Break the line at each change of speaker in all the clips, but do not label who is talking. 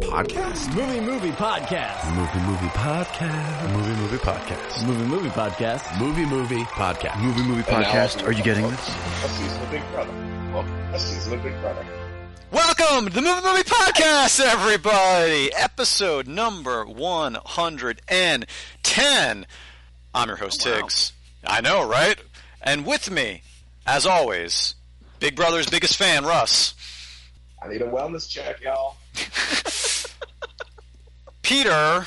podcast?
Movie Movie Podcast.
Movie movie podcast. Movie movie podcast.
Movie Movie Podcast.
Movie movie podcast. Movie movie podcast. Are you getting this?
A seasonal Big Brother. Well, a seasonal Big Brother.
Welcome to the Movie Movie Podcast, everybody! Episode number 110. I'm your host, Tiggs. I know, right? And with me, as always, Big Brother's biggest fan, Russ.
I need a wellness check, y'all.
Peter.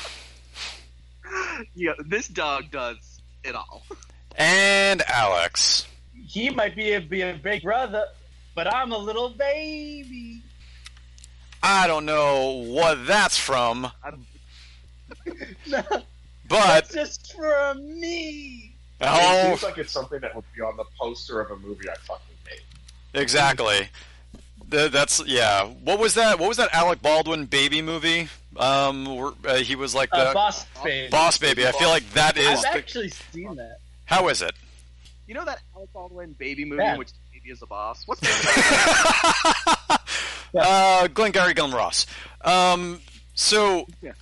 Yeah, this dog does it all.
And Alex.
he might be a, be a big brother, but I'm a little baby.
I don't know what that's from,
No,
but.
just for me.
It
Oh,
seems like it's something that would be on the poster of a movie I fucking made.
exactly. Th- That's yeah. What was that? What was that Alec Baldwin baby movie? Um, where, uh, he was like
Uh,
the
boss baby.
Boss Baby. I feel like that is.
I've
The,
actually seen that.
how is it?
You know that Alec Baldwin baby movie
Yeah.
in which the baby is a boss? What's the name of that?
uh, Glengarry Glen Ross. Um, so
Yeah.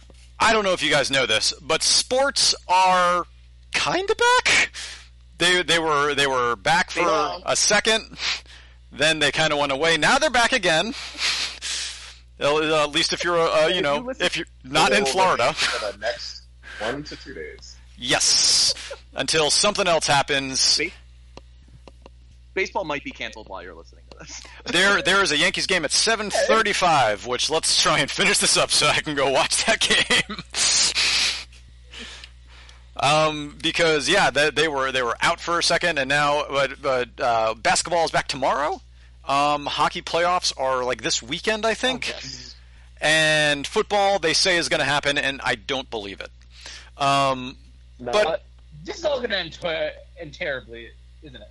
I don't know if you guys know this, but sports are kind of back. They they were they were back for
are.
a second, then they kind of went away. Now they're back again. Uh, At least if you're uh, you know if you're not in
We'll
Florida.
wait For the next one to two days.
Yes, until something else happens.
Baseball might be canceled while you're listening to this.
There, there is a Yankees game at 7:35, which let's try and finish this up so I can go watch that game. um, because yeah, they, they were they were out for a second, and now but but uh, basketball is back tomorrow. Um, hockey playoffs are like this weekend, I think, and football they say is going to happen, and I don't believe it. Um, But-
Uh, this is all gonna end, twi- end terribly, isn't it?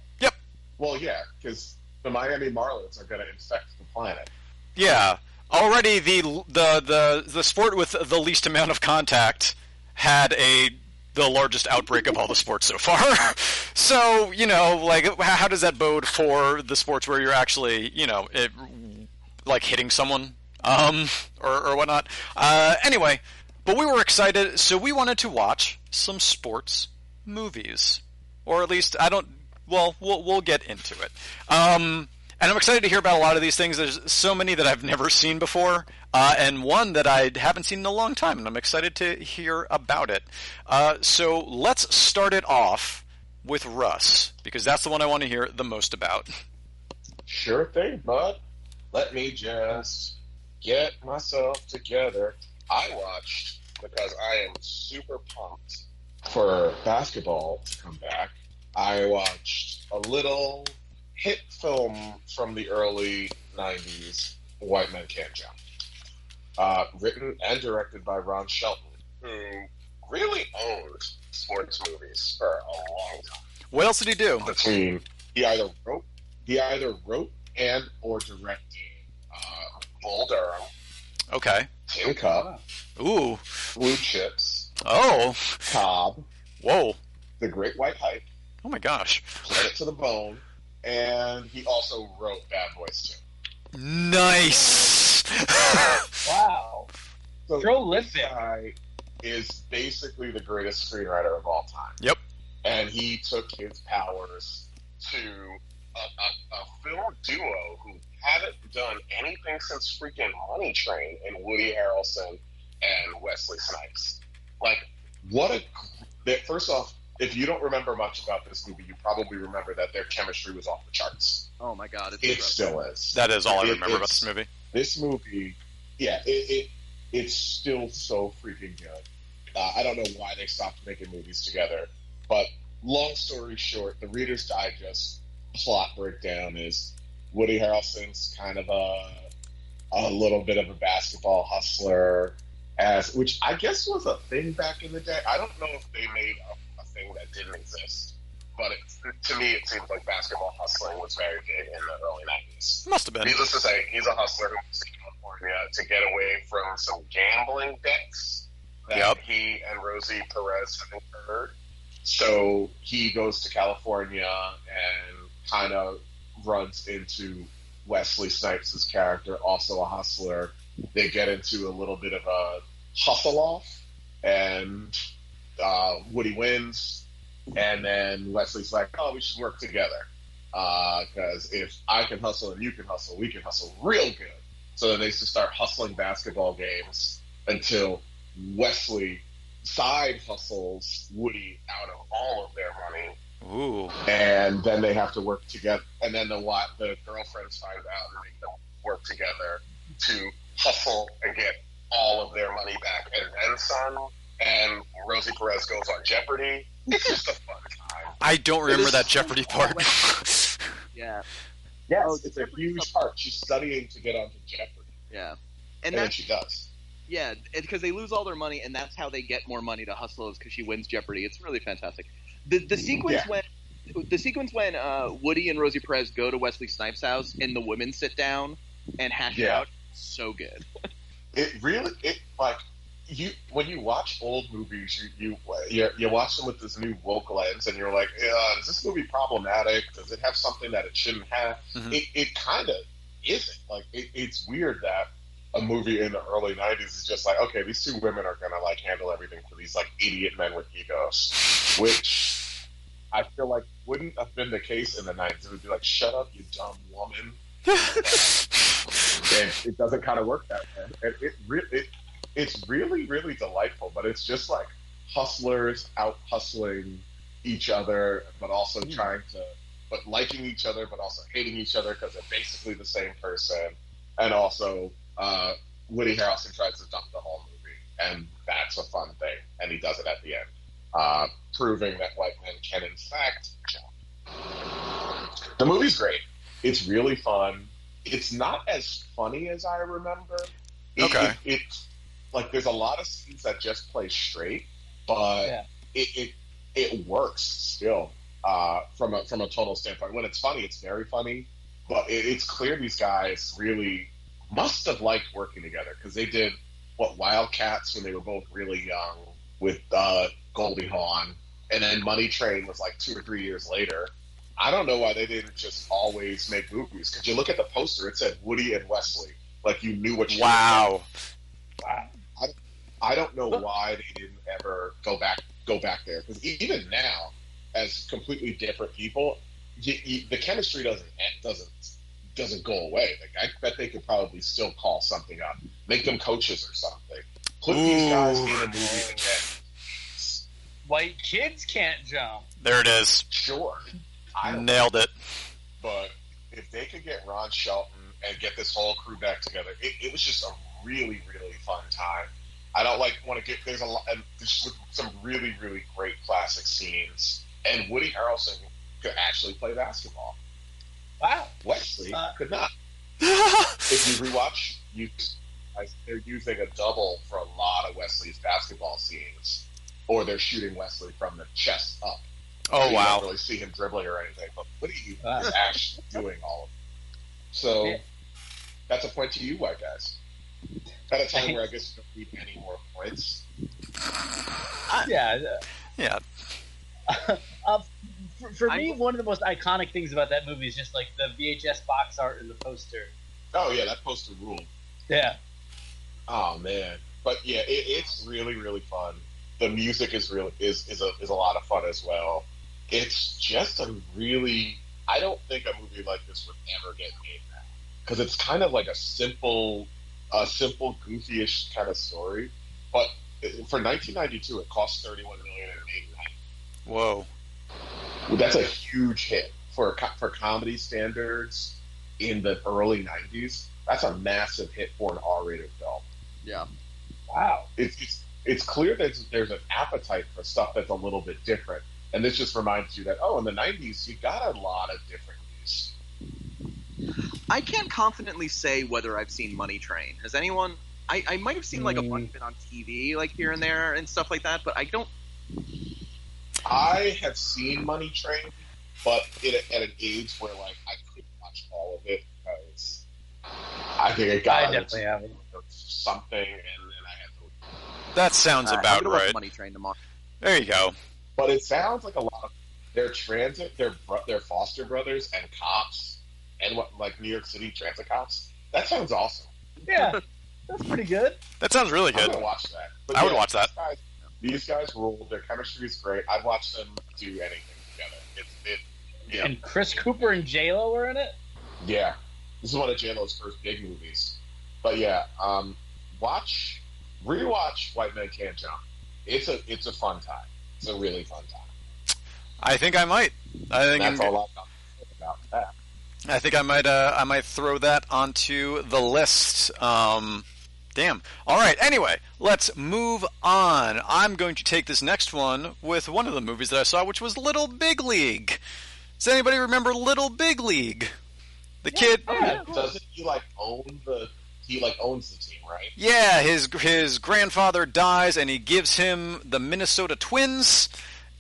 Well, yeah, because the Miami Marlins are going to infect the planet.
Yeah, already the the the the sport with the least amount of contact had a the largest outbreak of all the sports so far. so you know, like, h- how does that bode for the sports where you're actually you know it, like hitting someone um or or whatnot? Uh, anyway, but we were excited, so we wanted to watch some sports movies, or at least I don't. Well, we'll we'll get into it. Um, and I'm excited to hear about a lot of these things. There's so many that I've never seen before, uh, and one that I haven't seen in a long time, and I'm excited to hear about it. Uh, so let's start it off with Russ, because that's the one I want to hear the most about.
Sure thing, bud. Let me just get myself together. I watched because I am super pumped for basketball to come back. I watched a little hit film from the early 90s, White Men Can't Jump, uh, written and directed by Ron Shelton, who really owned sports movies for a long time
What else did he do?
between he either wrote he either wrote and or directed uh, Bull Durham,
Okay.
Tin Cup,
Ooh.
Blue Chips,
Oh.
Cobb,
Whoa.
The Great White Hype,
Oh my gosh.
Planet to the Bone, and he also wrote Bad Boys too.
Nice.
Wow.
So
Prolific.
guy is basically the greatest screenwriter of all time.
Yep.
And he took his powers to a, a, a film duo who haven't done anything since freaking Money Train and Woody Harrelson and Wesley Snipes. Like, what a. That, first off, if you don't remember much about this movie, you probably remember that their chemistry was off the charts.
Oh my god, it's
It
gross.
still is
that is all I
It-
remember about
it's-
this movie.
this movie, yeah, it, it it's still so freaking good. Uh, I don't know why they stopped making movies together, but long story short, the Reader's Digest plot breakdown is Woody Harrelson's kind of a a little bit of a basketball hustler, as which I guess was a thing back in the day. I don't know if they made a, a thing that didn't exist, but it, to me, it seems like basketball hustling was very big in the early nineties.
Must have been.
Needless to say, he's a hustler who moves to California to get away from some gambling debts that
Yep.
he and Rosie Perez have incurred. So he goes to California and kind of runs into Wesley Snipes' character, also a hustler, they get into a little bit of a hustle off, and uh, Woody wins, and then Leslie's like, "Oh, we should work together because if I can hustle and you can hustle, we can hustle real good." So then they just start hustling basketball games until Wesley side hustles Woody out of all of their money
Ooh.
and then they have to work together. And then the wa- the girlfriends find out and make them work together to hustle and get all of their money back. And then some, and Rosie Perez goes on Jeopardy. It's just a fun time.
I don't remember that Jeopardy part.
Yeah,
Yes,
Oh,
it's a
Jeopardy's
huge
fun.
part. She's studying to get onto Jeopardy,
yeah.
and,
And
then
that's
she does.
yeah, because they lose all their money, and that's how they get more money to hustle is because she wins Jeopardy. It's really fantastic. The the sequence
Yeah.
when the sequence when uh, Woody and Rosie Perez go to Wesley Snipes' house and the women sit down and hash it
Yeah.
out. So good.
It really, it like you when you watch old movies, you you you you watch them with this new woke lens, and you're like, "Uh, is this movie problematic? Does it have something that it shouldn't have?
Mhm.
It it kind of isn't. Like it, it's weird that a movie in the early '90s is just like, okay, these two women are gonna like handle everything for these like idiot men with egos, which I feel like wouldn't have been the case in the '90s. It would be like, shut up, you dumb woman and it doesn't kind of work that way. And it, re- it it's really really delightful, but it's just like hustlers out hustling each other, but also trying to but liking each other, but also hating each other because they're basically the same person. And also, uh, Woody Harrelson tries to dump the whole movie, and that's a fun thing, and he does it at the end, uh, proving that white men can in fact jump. The movie's great. It's really fun it's not as funny as I remember. It,
Okay.
It, it's like there's a lot of scenes that just play straight, but
Yeah.
it, it it works still uh, from a from a total standpoint. When it's funny, it's very funny, but it, it's clear these guys really must have liked working together because they did what Wildcats when they were both really young with uh, Goldie Hawn, and then Money Train was like two or three years later. I don't know why they didn't just always make movies because you look at the poster, it said Woody and Wesley. Like you knew what you were
wow.
I don't know why they didn't ever go back go back there because even now, as completely different people, y y the chemistry doesn't e- doesn't doesn't go away. Like I bet they could probably still call something up, make them coaches or something. Put these guys in a
Ooh.
movie again.
White kids can't jump.
There it is.
Sure, I don't
Nailed it.
but if they could get Ron Shelton and get this whole crew back together, it, it was just a really, really fun time. I don't like want to get there's a lot and there's some really, really great classic scenes, and Woody Harrelson could actually play basketball.
Wow.
Wesley
Uh,
could not. If you rewatch, you I, they're using a double for a lot of Wesley's basketball scenes, or they're shooting Wesley from the chest up.
Oh
You don't
wow.
really see him dribbling or anything, but what are you
Wow.
actually doing all of it? So
Yeah.
that's a point to you, white guys. At a time where I guess you don't need any more points.
Yeah. uh,
Yeah.
For, for me,
I'm-
one of the most iconic things about that movie is just like the VHS box art and the poster.
Oh yeah, that poster ruled.
Yeah.
Oh man, but yeah, it, it's really really fun. The music is real is is a is a lot of fun as well. It's just a really I don't think a movie like this would ever get made now because it's kind of like a simple a simple goofy-ish kind of story, but uh, for 1992 it cost 31 million and made
Whoa.
well, that's a huge hit for co- for comedy standards in the early '90s. That's a massive hit for an R-rated film.
Yeah.
Wow. It's it's, it's clear that there's an appetite for stuff that's a little bit different, and this just reminds you that oh, in the '90s you got a lot of different views.
I can't confidently say whether I've seen Money Train. Has anyone? I, I might have seen like a bunch of it on TV, like here and there and stuff like that, but I don't.
I have seen Money Train, but it, at an age where like I couldn't watch all of it because I think it got
I definitely have it.
something, and then I had to
That sounds
Uh, I'm
about
gonna watch
right.
Money Train tomorrow.
There you go.
But it sounds like a lot of their transit, their bro- their foster brothers and cops, and what like New York City transit cops. That sounds awesome.
Yeah. That's pretty good.
That sounds really
I'm
good.
gonna watch that. But
I would
yeah,
watch that.
These guys, these guys rule. Their chemistry is great. I'd watch them do anything together. It's it, yeah,
And Chris Cooper and J Lo were in it.
yeah. This is one of J Lo's first big movies. But yeah, um, watch, rewatch White Men Can't Jump. It's a it's a fun time. It's a really fun time.
I think I might. I think
That's
I'm-
all I've got to say about that.
I think I might uh, I might throw that onto the list. Um, damn. All right. Anyway, let's move on. I'm going to take this next one with one of the movies that I saw, which was Little Big League. Does anybody remember Little Big League? The kid.
Doesn't he like own the? He like owns the team, right?
Yeah, his his grandfather dies, and he gives him the Minnesota Twins.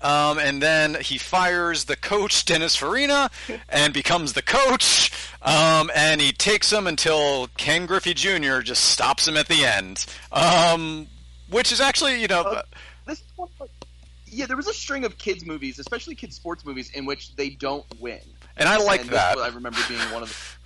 Um, and then he fires the coach Dennis Farina and becomes the coach. Um, and he takes him until Ken Griffey Jr. just stops him at the end. Um, which is actually, you know,
Oh.
Uh, This is one like, yeah, there was a string of kids movies, especially kids sports movies, in which they don't win.
and I like
and this
that.
was- I remember being one of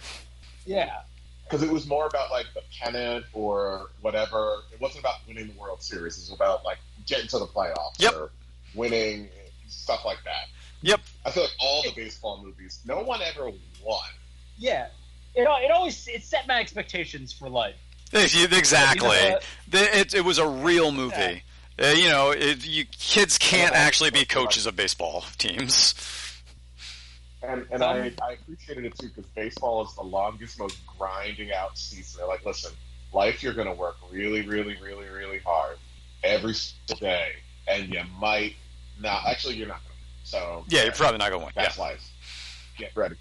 the.
Yeah.
because it was more about like the pennant or whatever. It wasn't about winning the World Series. It was about like getting to the playoffs
Yep.
or winning stuff like that.
Yep.
I feel like all the baseball movies, no one ever won.
Yeah. It, al- it always it set my expectations for life.
Exactly.
You know what?
The- it, it was a real movie. Uh, you know, it, you kids can't
Yeah.
actually be coaches of baseball teams.
And and
Um,
I, I appreciated it too because baseball is the longest, most grinding out season. They're like, listen, life, you're going to work really, really, really, really hard every single day, and you might not. Actually, you're not. going to. So
Yeah, you're probably not going to win. Yeah.
that's life. Get ready.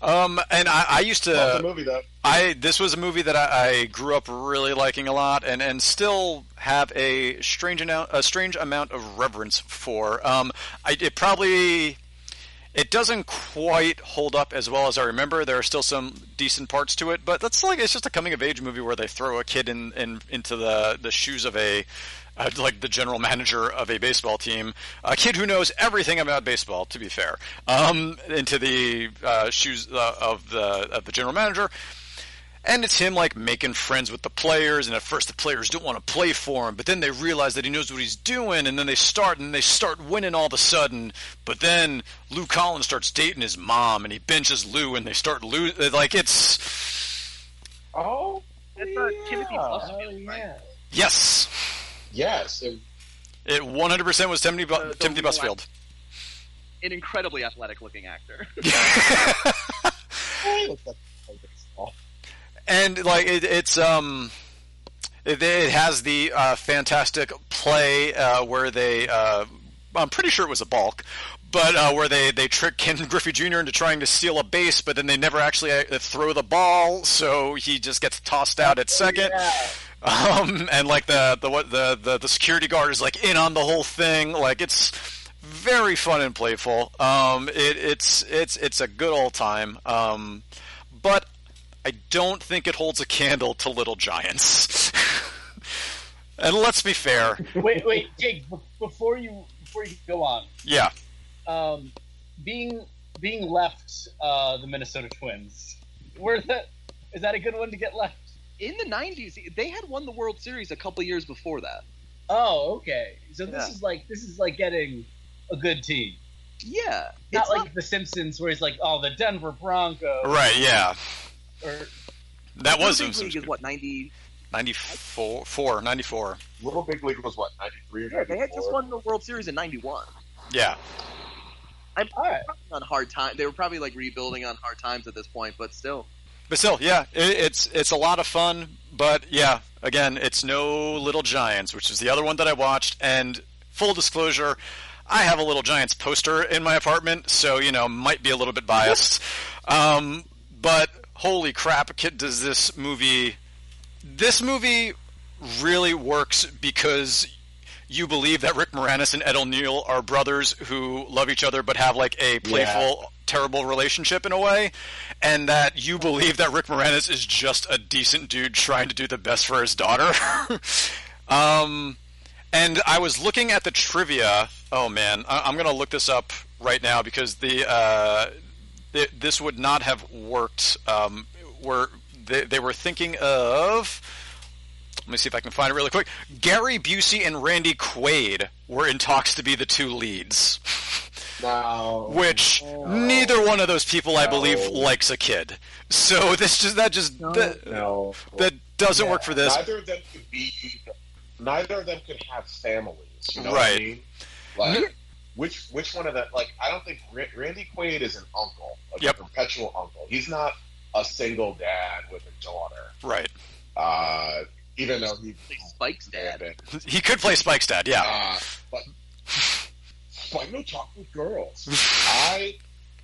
Um, and I, I used
Love the
to.
movie though.
I this was a movie that I, I grew up really liking a lot, and, and still have a strange amount a strange amount of reverence for. Um, I, it probably it doesn't quite hold up as well as I remember. There are still some decent parts to it, but that's like it's just a coming of age movie where they throw a kid in, in into the the shoes of a uh, like the general manager of a baseball team, a kid who knows everything about baseball. To be fair, um, into the uh, shoes uh, of the of the general manager. And it's him like making friends with the players, and at first the players don't want to play for him, but then they realize that he knows what he's doing, and then they start and they start winning all of a sudden. But then Lou Collins starts dating his mom, and he benches Lou, and they start losing. Like it's
Oh,
That's uh, Timothy
Oh
Busfield, right?
yeah.
yes,
yes. It,
it 100% was Timothy, Bu-
Uh, the
Timothy
real
Busfield.
An incredibly athletic-looking actor.
I looked up baseball.
and like it, it's um it, it has the uh, fantastic play uh, where they uh, I'm pretty sure it was a balk but uh, where they, they trick Ken Griffey Jr. into trying to steal a base, but then they never actually uh, throw the ball, so he just gets tossed out at second.
Yeah.
Um, and like the the what the, the the security guard is like in on the whole thing. Like it's very fun and playful. Um, it, it's it's it's a good old time. Um, but I don't think it holds a candle to Little Giants. and let's be fair,
Wait, wait, Jake. b- Before you before you go on,
yeah,
um, being being left uh, the Minnesota Twins. Where that is that a good one to get left?
In the '90s, they had won the World Series a couple years before that.
Oh, okay. So this
Yeah.
is like this is like getting a good team.
Yeah,
Not
it's
like The Simpsons, where he's like, "Oh, the Denver Broncos."
right, yeah,
Or
that was
Little Big League is what '90.
94, four, 94.
Little Big League was what ninety three.
Yeah, they had just won the World Series in '91.
Yeah,
all right,
On hard time, they were probably like rebuilding on hard times at this point, but still.
but still, yeah, it, it's it's a lot of fun. But yeah, again, it's no Little Giants, which is the other one that I watched. And full disclosure, I have a Little Giants poster in my apartment, so you know might be a little bit biased. um, but holy crap, kid, does this movie? This movie really works because you believe that Rick Moranis and Ed O'Neill are brothers who love each other but have like a playful, terrible relationship in a way, and that you believe that Rick Moranis is just a decent dude trying to do the best for his daughter. um, and I was looking at the trivia. Oh man, I- I'm gonna look this up right now because the uh, th- this would not have worked. Um, were they, they were thinking of Let me see if I can find it really quick. Gary Busey and Randy Quaid were in talks to be the two leads,
Now,
which
No.
neither one of those people, I believe,
No.
likes a kid. So this just that just that,
no,
that doesn't work for this.
Neither of them could be. Neither of them could have families. You know What I
Right.
mean? Like, which which one of the like? I don't think Ra- Randy Quaid is an uncle, like
Yep.
a perpetual uncle. He's not a single dad with a daughter.
Right.
Uh, even though he
Say Spike's dad.
He could play Spike's dad. Yeah.
Uh, but Final Chocolate Girls. I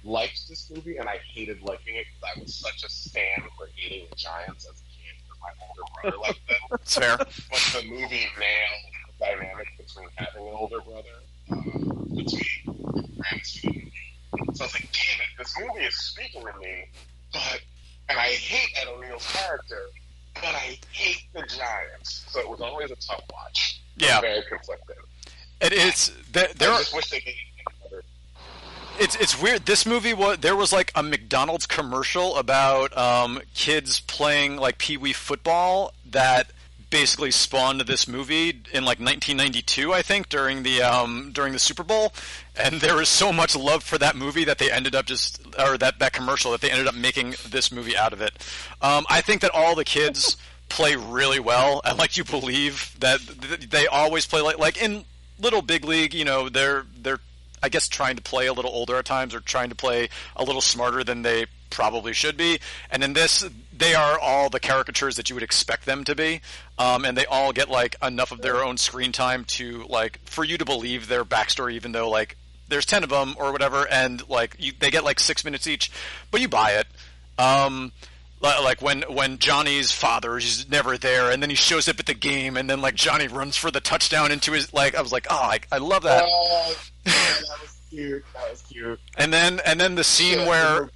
liked this movie and I hated liking it because I was such a stan for hating the Giants as a kid because my older brother liked them.
It's fair.
But the movie nailed the dynamic between having an older brother, uh, between Ramsey and me. So I was like, damn it, this movie is speaking to me, but, and I hate Ed O'Neill's character, but I hate the Giants. So it was always a tough watch.
Yeah.
Very conflicted.
It, it's there. there
I
are,
just wish they made another.
it's it's weird. This movie was there was like a McDonald's commercial about um, kids playing like pee wee football that basically spawned this movie in like 1992, I think, during the um, during the Super Bowl. And there was so much love for that movie that they ended up just or that that commercial that they ended up making this movie out of it. Um, I think that all the kids play really well, and like you believe that th- they always play like like in Little Big League. You know, they're they're I guess trying to play a little older at times or trying to play a little smarter than they probably should be. And in this, they are all the caricatures that you would expect them to be. Um, and they all get like enough of their own screen time to like for you to believe their backstory, even though like there's ten of them or whatever, and like you, they get like six minutes each, but you buy it. Um, li- like when when Johnny's father is never there, and then he shows up at the game, and then like Johnny runs for the touchdown into his like I was like oh I, I love that.
Oh, yeah, that was cute. That was cute.
And then and then the scene where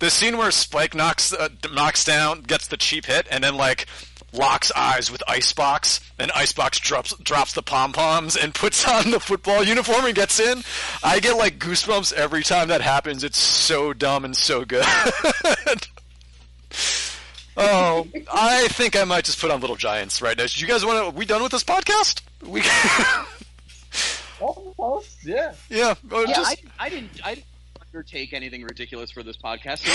the scene where Spike knocks uh, d- knocks down gets the cheap hit and then like locks eyes with Icebox and Icebox drops drops the pom poms and puts on the football uniform and gets in. I get like goosebumps every time that happens. It's so dumb and so good. oh, I think I might just put on Little Giants right now. You guys want to? We done with this podcast? We
Almost, yeah.
yeah. oh,
Yeah,
just-
I, I didn't. I didn't undertake anything ridiculous for this podcast.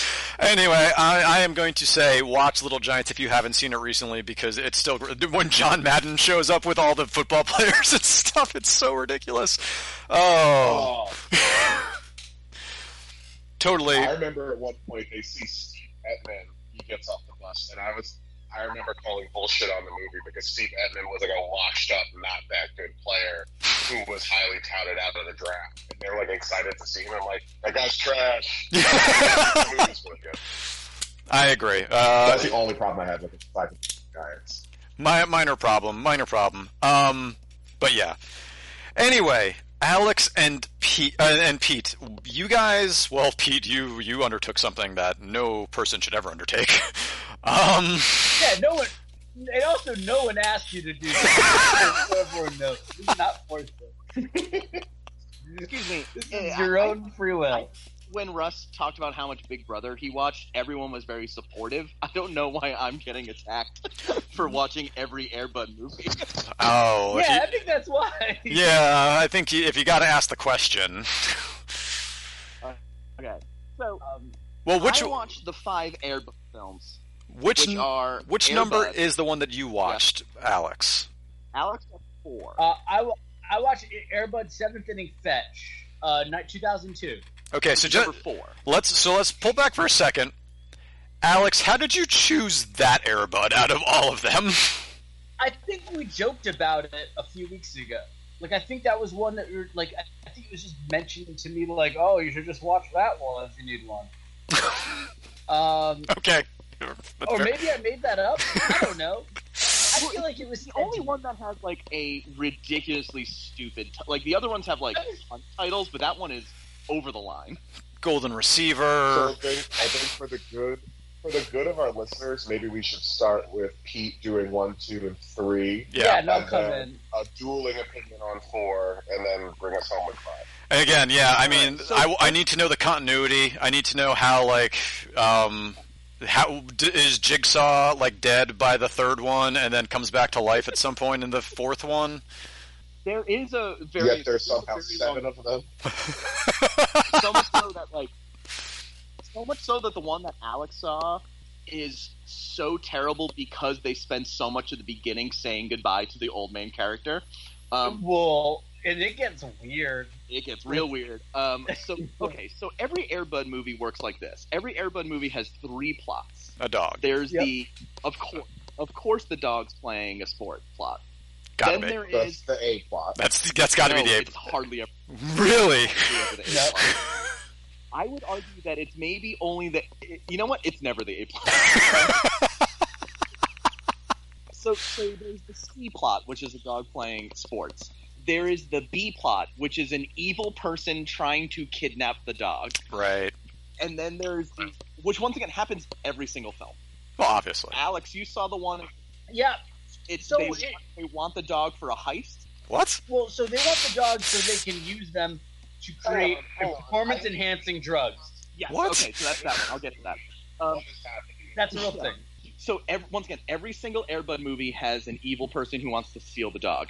Anyway, I, I am going to say watch Little Giants if you haven't seen it recently because it's still when John Madden shows up with all the football players and stuff. It's so ridiculous. Oh,
Oh,
totally.
I remember at one point they see Steve Edman. He gets off the bus, and I was. I remember calling bullshit on the movie because Steve Edman was like a washed up, not that good player who was highly touted out of the draft. And they were like excited to see him. I'm like, that guy's trash. The movie's really good.
I agree. Uh,
That's the only problem I have with the five Giants.
my minor problem, minor problem. Um, but yeah. Anyway, Alex and Pete uh, and Pete, you guys. Well, Pete, you you undertook something that no person should ever undertake. um.
Yeah, no one. And also, no one asked you to do that. So Everyone knows. This is not forced.
Excuse me.
This
Yeah,
is your
I-
own free will.
When Russ talked about how much Big Brother he watched, everyone was very supportive. I don't know why I'm getting attacked for watching every Airbud movie.
Oh.
yeah,
he-
I think that's why.
Yeah, I think you- if you got to ask the question,
Okay, so um,
well, which
I watched the five Airbud films,
which
which are
which
Air
number
Bud.
is the one that you watched, Alex?
Alex got four.
Uh, I, wa- I watched Airbud Seventh Inning Fetch, uh, ni- 2002.
Okay, so just,
number four.
let's so let's pull back for a second. Alex, how did you choose that Airbud out of all of them?
I think we joked about it a few weeks ago. Like, I think that was one that we were, like, I- I think it was just mentioned to me, like, oh, you should just watch that one if you need one. um,
okay, That's
or
Oh,
fair.
maybe I made that up. I don't know. I feel like it was
The only one that has like a ridiculously stupid, t- like the other ones have like fun titles, but that one is over the line.
golden
So I
receiver.
think, I think for the good for the good of our listeners, maybe we should start with Pete doing one, two, and three.
Yeah,
Yeah.
and I'll
And
come
then
in.
a dueling opinion on four, and then bring us home with five.
Again, yeah. I mean,
Alright, so-
I, I need to know the continuity. I need to know how like um how d- is Jigsaw like dead by the third one, and then comes back to life at some point in the fourth one?
There is a very
Yet there's
there's a
somehow
very
seven
long-
of them.
so much so that like so much so that the one that Alex saw is so terrible because they spend so much at the beginning saying goodbye to the old main character. Um,
well, and it gets weird.
it gets real weird. Um, so okay, so every Airbud movie works like this. Every Airbud movie has three plots.
A dog.
There's
Yep.
the of course of course the dog's playing a sport plot.
Gotta
then
be.
there
That's
is
the A plot.
That's that's gotta
no,
be the ape.
it's hardly ever
Really?
the A
No.
plot. I would argue that it's maybe only the you know what? It's never the A plot. so so there's the C plot, which is a dog playing sports. There is the B plot, which is an evil person trying to kidnap the dog.
Right.
And then there's the, which once again happens every single film.
Well, obviously.
Ah.
Alex, you saw the one.
Yeah.
It's
So
they,
it-
they want the dog for a heist.
What?
Well, so they want the dogs so they can use them to
Hold
create
on, hold on.
performance enhancing drugs.
Yes.
What?
Okay, so that's that one. I'll get to that. Um,
What is happening?
That's a real
Yeah.
thing.
so ev once again, every single Airbud movie has an evil person who wants to steal the dog.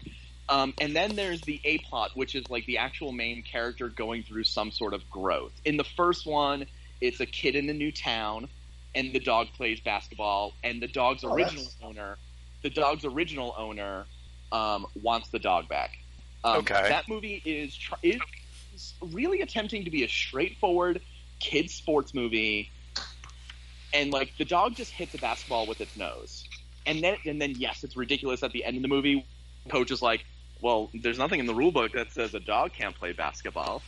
Um, and then there's the A plot, which is like the actual main character going through some sort of growth. In the first one, it's a kid in a new town, and the dog plays basketball, and the dog's
Oh,
original
that's-
owner, the dog's original owner, um, wants the dog back. Um,
Okay.
That movie is tr- is really attempting to be a straightforward kid sports movie, and like the dog just hits a basketball with its nose, and then and then yes, it's ridiculous at the end of the movie. Coach is like, "Well, there's nothing in the rule book that says a dog can't play basketball,"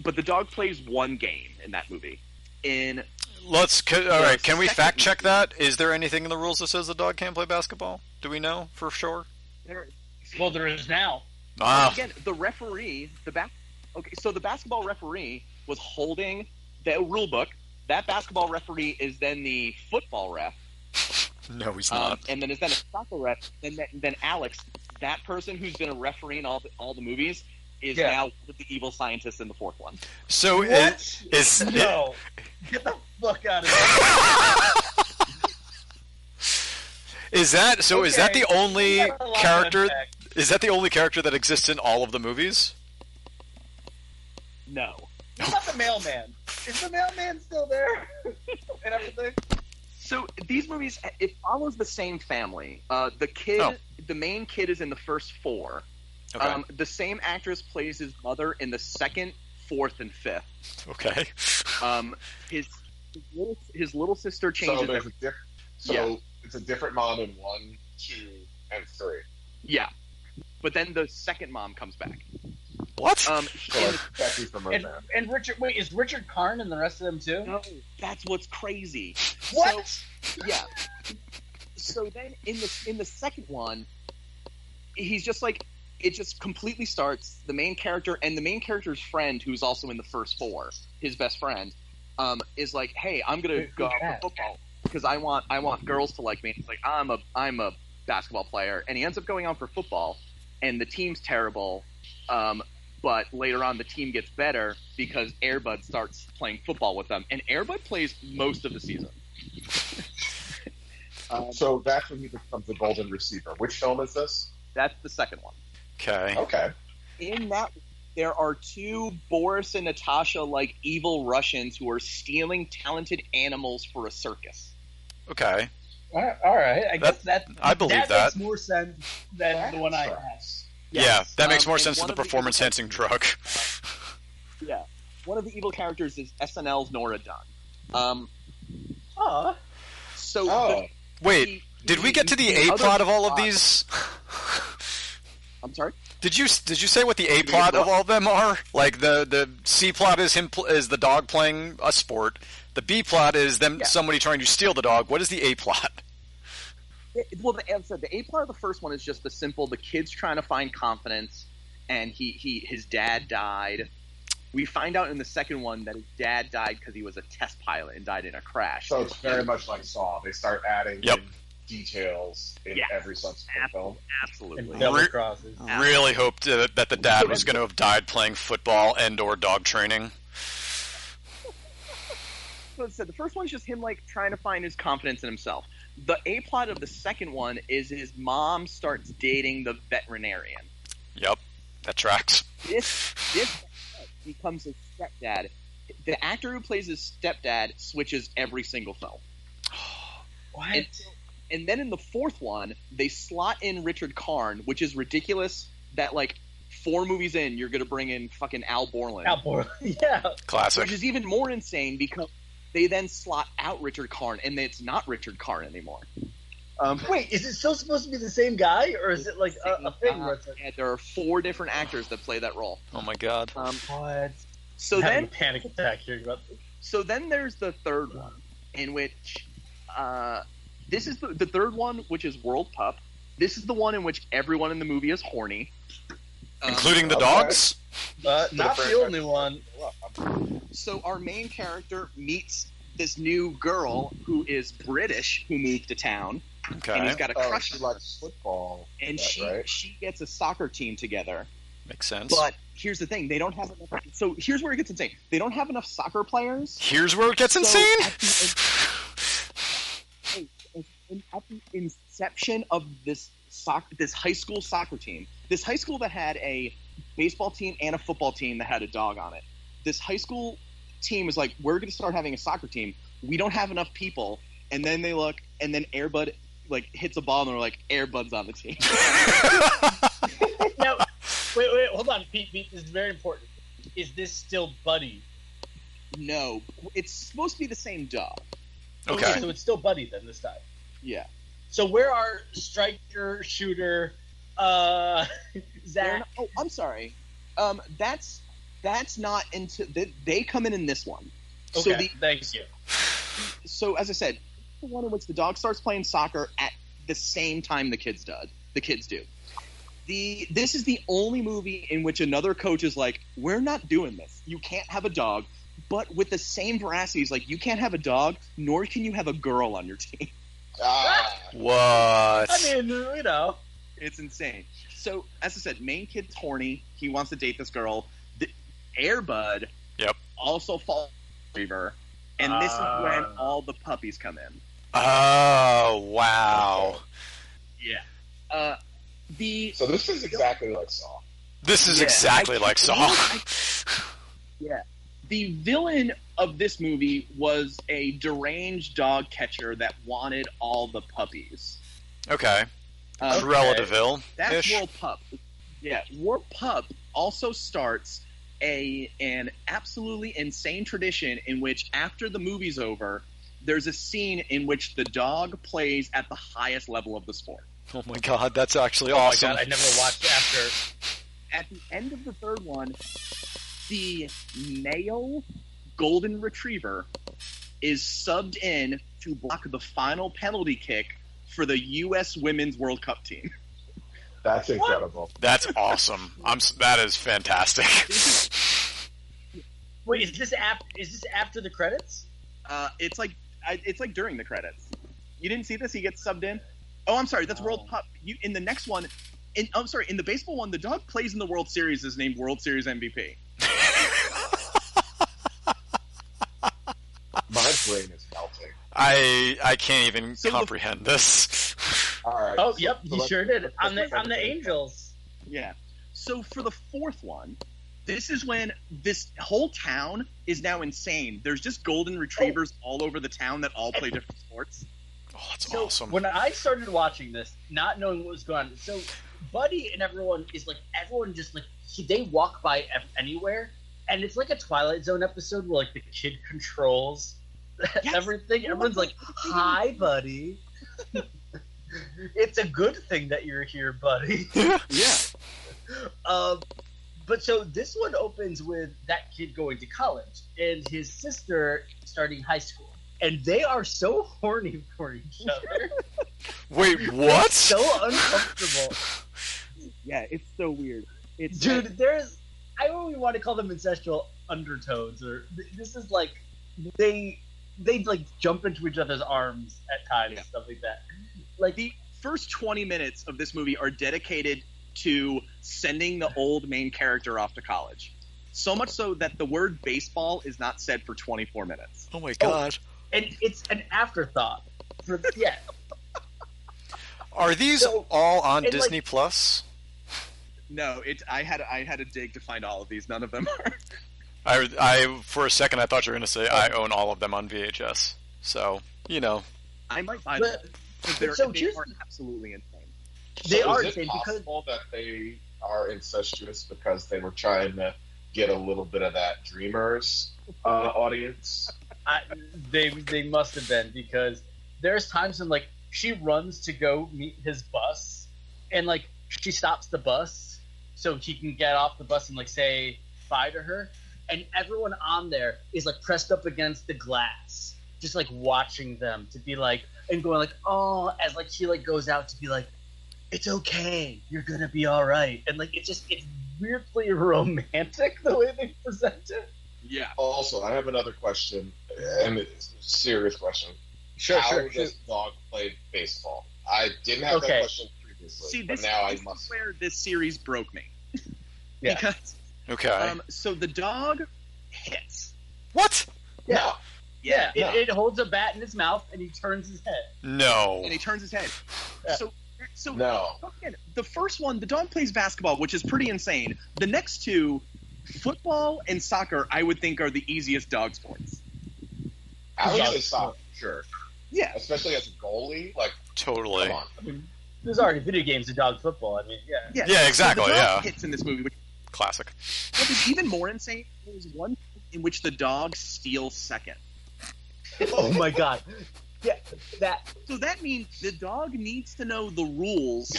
but the dog plays one game in that movie. In
Let's. Can, all
Yeah,
right. Can we
second-
fact check that? Is there anything in the rules that says the dog can't play basketball? Do we know for sure?
Well, there is now.
Ah,
again, the referee, the back. Okay, so the basketball referee was holding the rule book. That basketball referee is then the football ref,
no, he's
um,
not.
and then is then a soccer ref, and then, then Alex, that person who's been a referee in all the, all the movies, is
Yeah.
now with the evil scientist in the fourth one.
So it,
What?
it's
No. Get the fuck out of here.
Is that so? Is that
Okay.
the only
You got a lot of
character?
effect.
Is that the only character that exists in all of the movies?
No,
What about the mailman? Is the mailman still there? and everything?
So these movies, it follows the same family. Uh, the kid,
Oh.
the main kid, is in the first four.
Okay.
Um, the same actress plays his mother in the second, fourth, and fifth.
okay.
Um, his his little, his little sister changes.
So, there's a
every-
diff- so
Yeah.
it's a different mom in one, two, and three.
yeah, but then the second mom comes back.
What?
Um,
So
in
it's Becky from
And,
Rodan.
and Richard, wait, is Richard Karn and the rest of them too?
No, that's what's crazy.
What?
So, yeah. So then in the in the second one, he's just like it just completely starts the main character and the main character's friend who's also in the first four, his best friend, um, is like, "Hey, I'm gonna
Who-
go
who's
out for
that?
football because I want I want girls to like me." He's like, "I'm a I'm a basketball player," and he ends up going out for football, and the team's terrible. Um, but later on, the team gets better because Airbud starts playing football with them, and Airbud plays most of the season. um,
So that's when he becomes the golden receiver. Which film is this?
that's the second one.
okay.
Okay.
in that there are two Boris and Natasha like evil Russians who are stealing talented animals for a circus.
Okay.
Alright, Alright, I guess that,
I believe
makes
that.
more sense than the one I
Sure.
have.
Yeah, that makes
Um,
more
and
sense than
one
the
of the-
performance enhancing drug.
Yeah. One of the evil characters is SNL's Nora Dunn. Um,
Oh,
so
Oh,
Wait, did we get to the A plot of all of these?
I'm sorry.
Did you did you say what the A plot of all of them are? Like the the C plot is him pl- is the dog playing a sport. The B plot is them
Yeah.
somebody trying to steal the dog. What is the A plot?
It- well, the, as I said, the A plot of the first one is just the simple: the kid's trying to find confidence, and he, he his dad died. We find out in the second one that his dad died because he was a test pilot and died in a crash.
so it's very much like Saw. They start adding
Yep.
in details in
Yeah.
every subsequent film.
Absolutely.
Re-
crosses.
Really hoped uh, that the dad was going to have died playing football and or dog training.
what I said. The first one's just him like trying to find his confidence in himself. The a plot of the second one is his mom starts dating the veterinarian.
Yep, that tracks.
This this becomes his stepdad. The actor who plays his stepdad switches every single film.
What?
And, and then in the fourth one, they slot in Richard Karn, which is ridiculous. That like four movies in, you're gonna bring in fucking Al Borland,
Outboard. yeah.
Classic.
which is even more insane because they then slot out Richard Karn, and it's not Richard Karn anymore. Um,
Wait, is it still supposed to be the same guy, or is it like a, a thing where it's like,
and there are four different actors that play that role.
Oh my god.
Um,
what?
so
I'm having
then
a panic attack hearing about this.
so then there's the third one in which uh, this is the, the third one which is world pup this is the one in which everyone in the movie is horny Um,
Including the
okay.
dogs?
Uh, not
first
the only one.
so our main character meets this new girl who is british who moved to town and
Okay.
he's got a
Oh,
crush
she
on her
likes football.
and
that,
she
right?
she gets a soccer team together
Makes sense.
but here's the thing they don't have enough so here's where it gets insane they don't have enough soccer players
Here's where it gets
So,
insane.
at the- at- at- at the inception of this soc- this high school soccer team, this high school that had a baseball team and a football team that had a dog on it, this high school team is like, we're going to start having a soccer team. We don't have enough people, and then they look, and then Airbud like hits a ball, and they're like, Airbud's on the team.
Now, wait, wait, hold on, Pete. Pete, this is very important. Is this still Buddy?
no, it's supposed to be the same dog.
okay.
So it's still Buddy then this time.
Yeah,
So where are striker, shooter, uh,
They're
Zach?
not- oh, I'm sorry. Um, that's that's not into they, they come in in this one.
Okay,
So the
thank you.
so as I said, the one in which the dog starts playing soccer at the same time the kids did. The kids do. The this is the only movie in which another coach is like, "We're not doing this. You can't have a dog." But with the same veracity, he's like, "You can't have a dog, nor can you have a girl on your team."
Ah,
What?
I mean, you know,
It's insane. So as I said, main kid's horny. He wants to date this girl. The Airbud.
Yep.
Also falls in love with her, and this is when
Ah.
all the puppies come in.
oh wow.
Yeah. Uh, the
so this is exactly like Saw.
This is
Yeah,
exactly
I-
like Saw.
I- the villain of this movie was a deranged dog catcher that wanted all the puppies.
okay.
Uh,
Cruella Deville.
That's
Ish.
World Pup. Yeah, World Pup also starts a an absolutely insane tradition in which after the movie's over, there's a scene in which the dog plays at the highest level of the sport.
Oh my god, that's actually
oh my
awesome.
god, I never watched after.
At the end of the third one, the male golden retriever is subbed in to block the final penalty kick for the U.S. Women's World Cup team.
That's incredible.
That's awesome. I'm s- that is fantastic.
Wait, is this after? Is this after the credits?
Uh, it's like I, it's like during the credits. You didn't see this? He gets subbed in. Oh, I'm sorry. That's World Pup. You in the next one. In, I'm sorry. In the baseball one, the dog plays in the World Series is named World Series MVP.
My brain is melting.
I I can't even
So the-
comprehend this.
All right.
Oh,
so-
yep,
so
you
let's-
sure did.
let's-
On
let's
the on the
everything.
Angels.
Yeah. So for the fourth one, this is when this whole town is now insane. There's just golden retrievers
Oh.
all over the town that all play different sports.
Oh, that's
So
awesome.
when I started watching this, not knowing what was going on, so Buddy and everyone is like everyone just like he, they walk by ev- anywhere, and it's like a Twilight Zone episode where like the kid controls
Yes.
Oh
everything. Everyone's like, "Hi, Buddy." it's a good thing that you're here, Buddy.
Yeah.
Um, but so this one opens with that kid going to college and his sister starting high school. And they are so horny for each other.
Wait, what?
so uncomfortable.
Yeah. It's so weird. It's uh,
Dude, there's. I only want to call them incestual undertones. Or th- This is like. They. They like jump into each other's arms at times,
Yeah.
stuff like that. Like the
first 20 minutes of this movie are dedicated to sending the old main character off to college. So much so that the word baseball is not said for 24 minutes.
Oh my god.
and it's an afterthought. For, yeah,
Are these
So,
all on
and, like-
Disney Plus?
No, it's I had I had a dig to find all of these. None of them are.
I, I for a second I thought you were going to say I
Oh.
own all of them on VHS. So you know,
I might find
but
them. 'cause They're,
so
they
here's
are
the-
absolutely insane.
They
so
are
is it
insane because-
possible that they are incestuous because they were trying to get a little bit of that dreamers uh, audience?
I, they they must have been because there's times when like she runs to go meet his bus, and like she stops the bus so he can get off the bus and like say bye to her, and everyone on there is like pressed up against the glass, just like watching them to be like and going like oh as like she like goes out to be like it's okay you're gonna be all right and like it's just it's weirdly romantic the way they present it.
Yeah.
Also, I have another question, and it's a serious question.
Sure,
How
sure, sure.
does Dog play baseball? I didn't have
Okay.
that question previously,
See,
but
this,
now
this
I
is
must.
where this series broke me.
Yeah.
Because
okay.
um, so the dog hits.
what?
No,
Yeah,
Yeah.
It, it holds a bat in his mouth and he turns his head.
No.
and he turns his head.
Yeah.
So, so
no.
fucking- the first one, the dog plays basketball, which is pretty insane. The next two, football and soccer, I would think are the easiest dog sports.
I would
Yeah.
say stop, sure.
Yeah,
Especially as a goalie, like
Totally.
come on.
There's already video games of dog football. I mean, yeah.
yeah,
Yeah, exactly,
So the dog
yeah.
hits in this movie, which
Classic.
what is even more insane. There was one in which the dog steals second.
Oh my god. Yeah, that.
So that means the dog needs to know the rules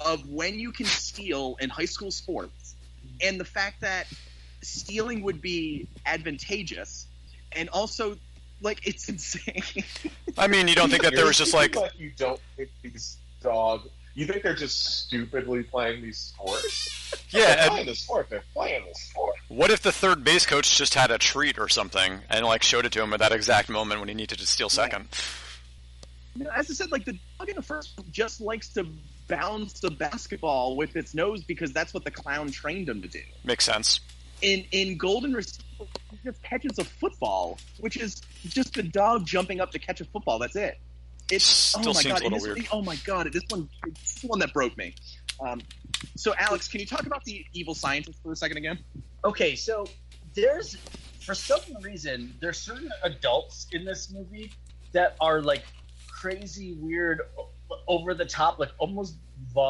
of when you can steal in high school sports and the fact that stealing would be advantageous and also like it's insane.
I mean, you don't think that there was just like
you don't think these dog. You think they're just stupidly playing these sports? they're
yeah.
playing the sport. They're playing the sport.
and What if the third base coach just had a treat or something and like showed it to him at that exact moment when he needed to steal second?
No, As I said, like the dog in the first one just likes to bounce the basketball with its nose because that's what the clown trained him to do.
Makes sense.
In in Golden Retriever, he just catches a football, which is just the dog jumping up to catch a football. That's it.
It
Oh
still
my
seems
god!
a
and
little
this
weird.
One, oh my god! This one, this is the one that broke me. Um, so Alex, can you talk about the evil scientist for a second again?
Okay, so there's for some reason there's certain adults in this movie that are like crazy, weird, o- over the top, like almost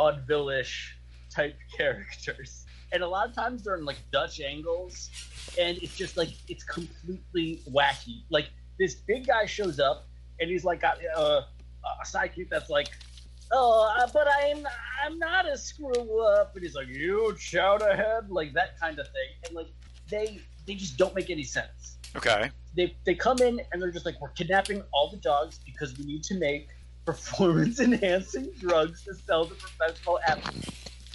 vaudeville-ish type characters, and a lot of times they're in like Dutch angles, and it's just like it's completely wacky. Like this big guy shows up, and he's like got uh, a psychic that's like. Oh, uh, but I'm I'm not a screw up, and he's like you shout ahead, like that kind of thing, and like they they just don't make any sense
Okay.
they they come in and they're just like we're kidnapping all the dogs because we need to make performance enhancing drugs to sell to professional athletes.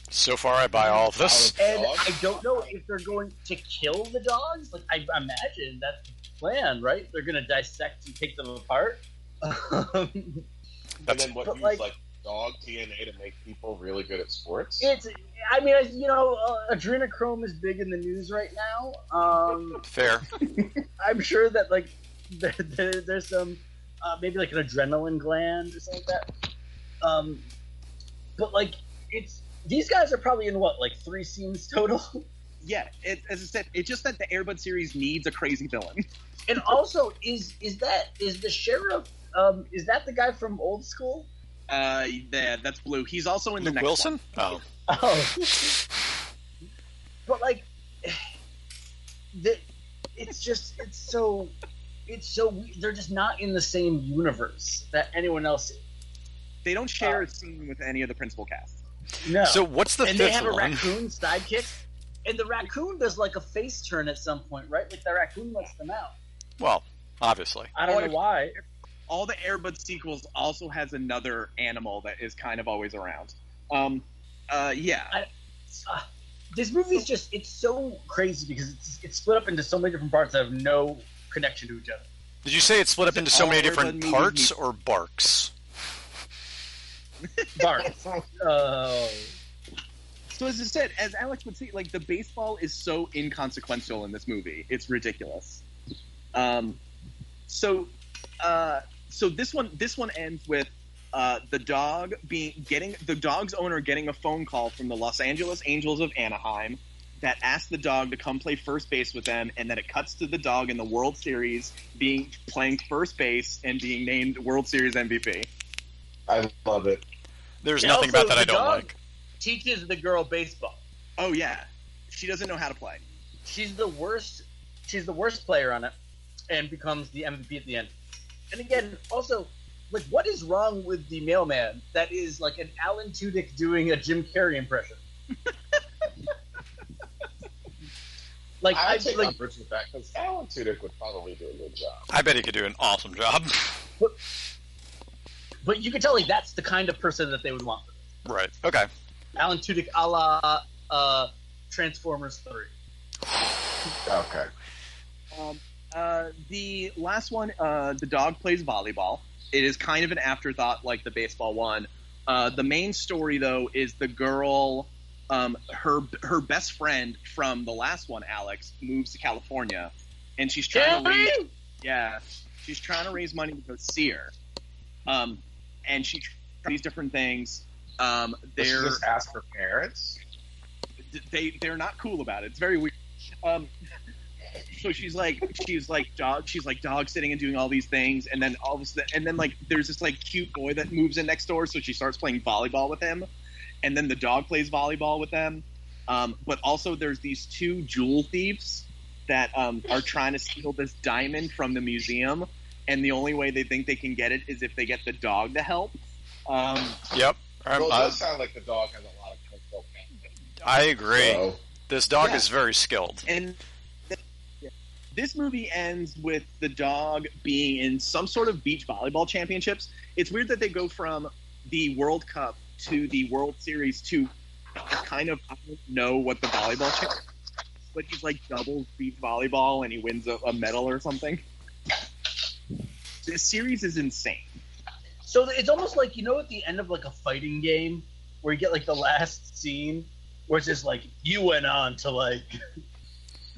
So far, I buy all of this.
And
Dogs?
I don't know if they're going to kill the dogs. Like I imagine that's the plan, right? They're going to dissect and take them apart. Um,
That's-
and then what?
but,
Use
like-
like, dog DNA to make people really good at sports?
it's I mean I- you know uh, adrenochrome is big in the news right now. Um,
Fair.
I'm sure that like there, there, there's some uh, maybe like an adrenaline gland or something like that. Um, but like it's these guys are probably in what like three scenes total,
Yeah, it, as I said, it's just that the Airbud series needs a crazy villain.
and also is is that is the sheriff um, is that the guy from Old School?
Uh, yeah, that's blue. He's also in the
Luke
next
Wilson? Oh.
Oh, but like the, it's just it's so it's so we- they're just not in the same universe that anyone else is.
One. They don't share
Uh.
a scene with any of the principal cast.
No.
So what's the
and they
fifth
have a
one?
raccoon sidekick, and the raccoon does like a face turn at some point, right? Like the raccoon lets them out.
Well, obviously.
I don't
Or-
know why.
all the Airbud sequels also has another animal that is kind of always around. Um, uh, yeah,
Uh, This movie is just—it's so crazy because it's, it's split up into so many different parts that have no connection to each other.
Did you say it's split up
Is it
into so
all
many
urban
different
movies
parts
meet-
or barks?
Uh, Bart, oh,
So as I said, as Alex would say, like the baseball is so inconsequential in this movie, it's ridiculous. Um, so, uh, so this one, this one ends with uh, the dog being getting the dog's owner getting a phone call from the Los Angeles Angels of Anaheim that asked the dog to come play first base with them, and then it cuts to the dog in the World Series being playing first base and being named World Series MVP.
I love it.
There's
And
nothing
also,
about that I
the
don't
dog
like.
Teaches the girl baseball.
Oh yeah, she doesn't know how to play.
She's the worst. She's the worst player on it, and becomes the MVP at the end. And again, also, like, what is wrong with the mailman? That is like an Alan Tudyk doing a Jim Carrey impression. like
I
I
take
like,
umbrage with that because Alan Tudyk would probably do a good job.
I bet he could do an awesome job.
but you could tell like that's the kind of person that they would want.
right. Okay.
Alan Tudyk, a la uh, Transformers Three.
Okay.
Um, uh, the last one, uh, the dog plays volleyball. It is kind of an afterthought, like the baseball one. Uh, the main story, though, is the girl, um, her her best friend from the last one, Alex, moves to California, and she's trying to raise, yeah, she's trying to raise money to go see her. Um, and she tries these different things. Um,
Does she
they're
just ask her parents?
they they're not cool about it. It's very weird. Um, so she's like she's like dog she's like dog sitting and doing all these things, and then all of a sudden, and then like there's this like cute boy that moves in next door, so she starts playing volleyball with him, and then the dog plays volleyball with them. Um, but also there's these two jewel thieves that um, are trying to steal this diamond from the museum, and the only way they think they can get it is if they get the dog to help. Um,
Yep. I'm-
well, it
I,
does sound like the dog has a lot of control.
I agree.
So,
This dog
Yeah.
is very skilled.
and th- this movie ends with the dog being in some sort of beach volleyball championships. It's weird that they go from the World Cup to the World Series to kind of I don't know what the volleyball champ, but he's like doubles beach volleyball and he wins a, a medal or something. This series is insane.
So it's almost like you know at the end of like a fighting game where you get like the last scene where it's just like you went on to like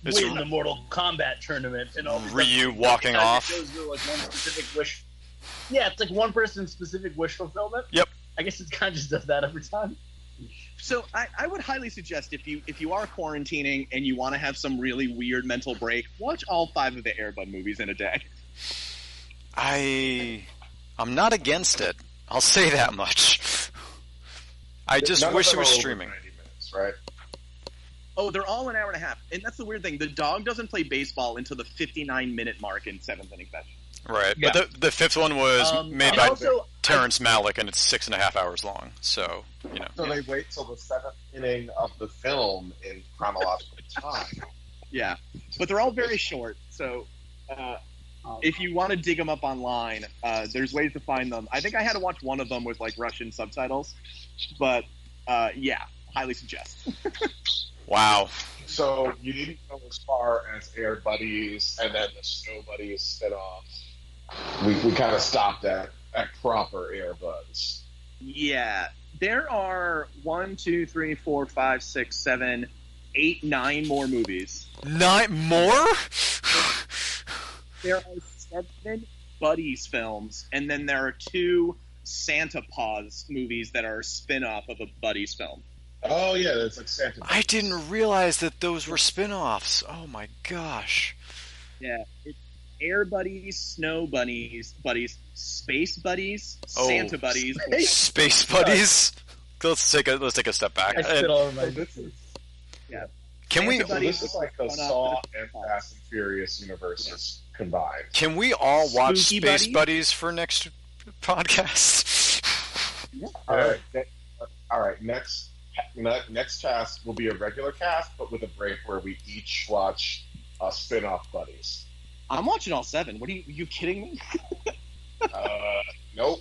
It's
win the Mortal Kombat tournament and all. this stuff.
Ryu walking
Every time it
off.
goes through, like, one specific wish. Yeah, it's like one person's specific wish fulfillment.
Yep.
I guess it kind of just does that every time.
So I, I would highly suggest if you if you are quarantining and you want to have some really weird mental break, watch all five of the Airbud movies in a day.
I I'm not against it. I'll say that much. I just
none of
wish it
them
was
are over
streaming.
90 minutes, right?
Oh, they're all an hour and a half. And that's the weird thing. The dog doesn't play baseball until the 59 minute mark in seventh inning session.
Right.
Yeah.
But the, the fifth one was
Um,
made
And
by
also,
Terrence Malick, and it's six and a half hours long. So you know,
So they wait till the seventh inning of the film in chronological time.
Yeah. But they're all very short. So uh, if you want to dig them up online, uh, there's ways to find them. I think I had to watch one of them with like Russian subtitles. But uh, yeah, highly suggest.
wow.
So you didn't go as far as Air Buddies and then the Snow Buddies spinoff. We, we kind of stopped at, at proper Air Buds.
Yeah. There are one, two, three, four, five, six, seven, eight, nine more movies.
Nine more?
there are seven buddies films and then there are two santa paws movies that are a spin-off of a buddies film
Oh, yeah, that's like Santa.
I didn't realize that those were spin-offs. Oh my gosh.
air buddies snow bunnies buddies space buddies
Oh.
santa buddies
Space
uh,
buddies. Let's take a let's take a step back.
I spit
And
all over my
Can we
Santa
So this is like the
Buddies-
Saw and Fast and Furious universes combined.
can we all watch
Spooky
Space
Buddies?
Buddies for next podcast?
All right. ne- All right. Next ne- next cast will be a regular cast, but with a break where we each watch uh, spin-off buddies.
i'm watching all seven what are you are you kidding me
Uh, nope.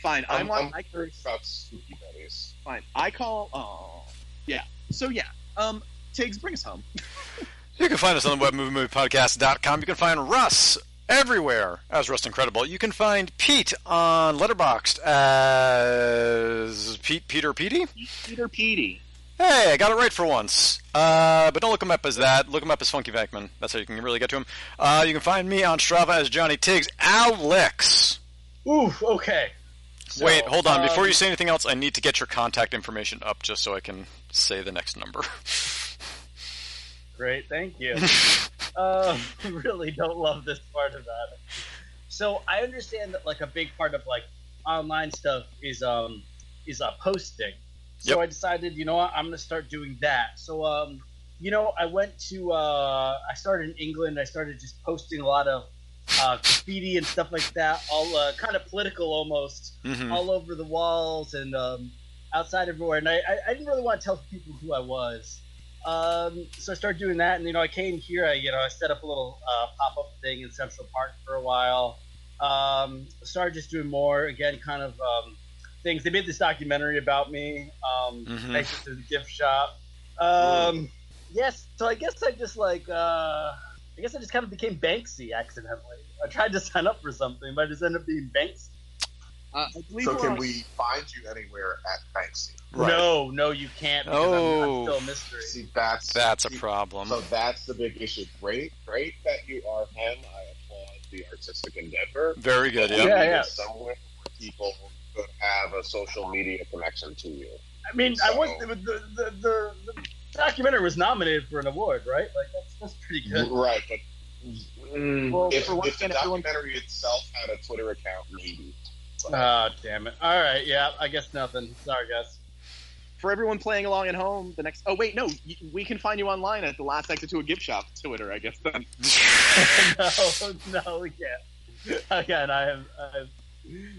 fine i'm,
I'm,
watching.
I'm curious about spooky buddies.
fine i call oh yeah so yeah um Tiggs, bring us home.
You can find us on the webmoviemoviepodcast.com. You can find Russ everywhere as Rust Incredible. You can find Pete on Letterboxd as Pete Peter Petey.
Peter Petey.
Hey, I got it right for once. Uh, but don't look him up as that. Look him up as Funky Vankman. That's how you can really get to him. Uh, you can find me on Strava as Johnny Tiggs. Alex!
Oof. Okay. So,
Wait, hold on. Before
um,
you say anything else, I need to get your contact information up just so I can say the next number.
Great, thank you. uh, really don't love this part about it. So I understand that like a big part of like online stuff is um is uh, posting. So
Yep.
I decided, you know what, I'm gonna start doing that. So um, you know, I went to uh, I started in England. I started just posting a lot of uh, graffiti and stuff like that, all uh, kind of political almost
Mhm.
all over the walls and um, outside everywhere. And I, I, I didn't really want to tell people who I was. Um, so I started doing that, and you know, I came here. I you know, I set up a little uh, pop up thing in Central Park for a while. Um, started just doing more again, kind of um, things. They made this documentary about me. Um,
Mhm.
Exit to the gift shop. Um, Yes, so I guess I just like uh, I guess I just kind of became Banksy accidentally. I tried to sign up for something, but I just ended up being Banksy.
Uh, I believe
So
we're
can
on-
we find you anywhere at Banksy?
No, no, you can't because I'm- I'm,
Oh.
still a mystery.
See, that's
That's a
see,
problem.
So that's the big issue. Great, great that you are him. I applaud the artistic endeavor.
Very good,
You
yeah.
Yeah.
need Somewhere where people could have a social media connection to you.
I mean, I was the, the, the, the, the documentary was nominated for an award, right? Like that's, that's pretty good.
Right, but
Well,
if,
for one
if the
thing, everyone-
documentary itself had a Twitter account, maybe. But
Oh, damn it! All right, yeah, I guess nothing. Sorry, guys.
for everyone playing along at home, the next. Oh wait, no, y- we can find you online at the last exit to a gift shop Twitter, I guess. Then
no, no, we can't. Again, I have, I have.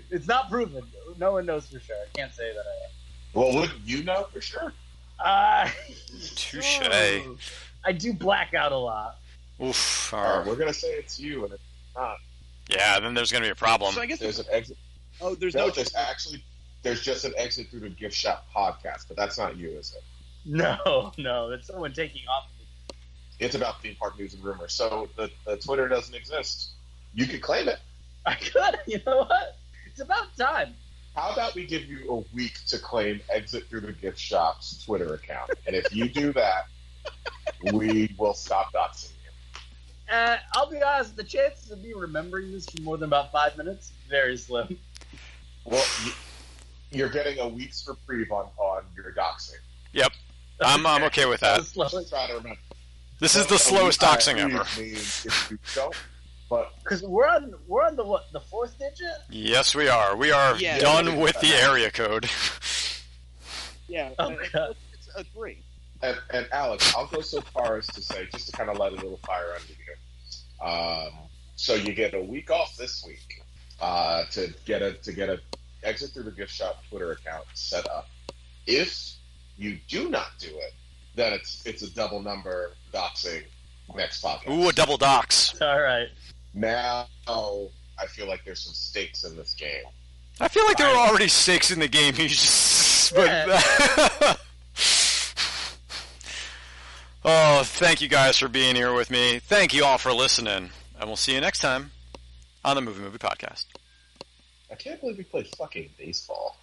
It's not proven. No one knows for sure. I can't say that I am.
well, wouldn't you know for sure?
I Ah.
Touche.
I do black out a lot.
Oof.
All
arr.
right, we're gonna say it's you, and if
Yeah, then there's going to be a problem.
so I guess
there's an exit.
oh, there's
No,
no.
there's actually there's just an exit through the gift shop podcast, but that's not you, is it?
No, no, it's someone taking off.
It's about theme park news and rumors. So the, the Twitter doesn't exist. You could claim it.
I could. You know what? It's about time.
How about we give you a week to claim exit through the gift shop's Twitter account, and if you do that, we will stop doxing you.
Uh, I'll be honest, the chances of me remembering this for more than about five minutes is very slim.
Well, you, you're getting a week's reprieve on on your doxing.
I'm, I'm okay with that.
It's slow.
Let's try to remember.
This is the slowest
A week
doxing
reprieve
ever.
means if you don't, but
Because we're on we're on the what the fourth digit.
Yes, we are. We are
Yeah.
done with the area code.
Yeah,
Oh,
uh,
God.
it's a three.
and, and Alex, I'll go so far as to say, just to kind of light a little fire under you. Um, so you get a week off this week uh, to get a to get a exit through the gift shop Twitter account set up. If you do not do it, then it's it's a double number doxing next podcast.
Ooh, a double dox.
All right.
Now I feel like there's some stakes in this game.
I feel like there were already stakes in the game. He just. but- oh, thank you guys for being here with me. Thank you all for listening. And we'll see you next time on the Movie Movie Podcast.
I can't believe we played fucking baseball.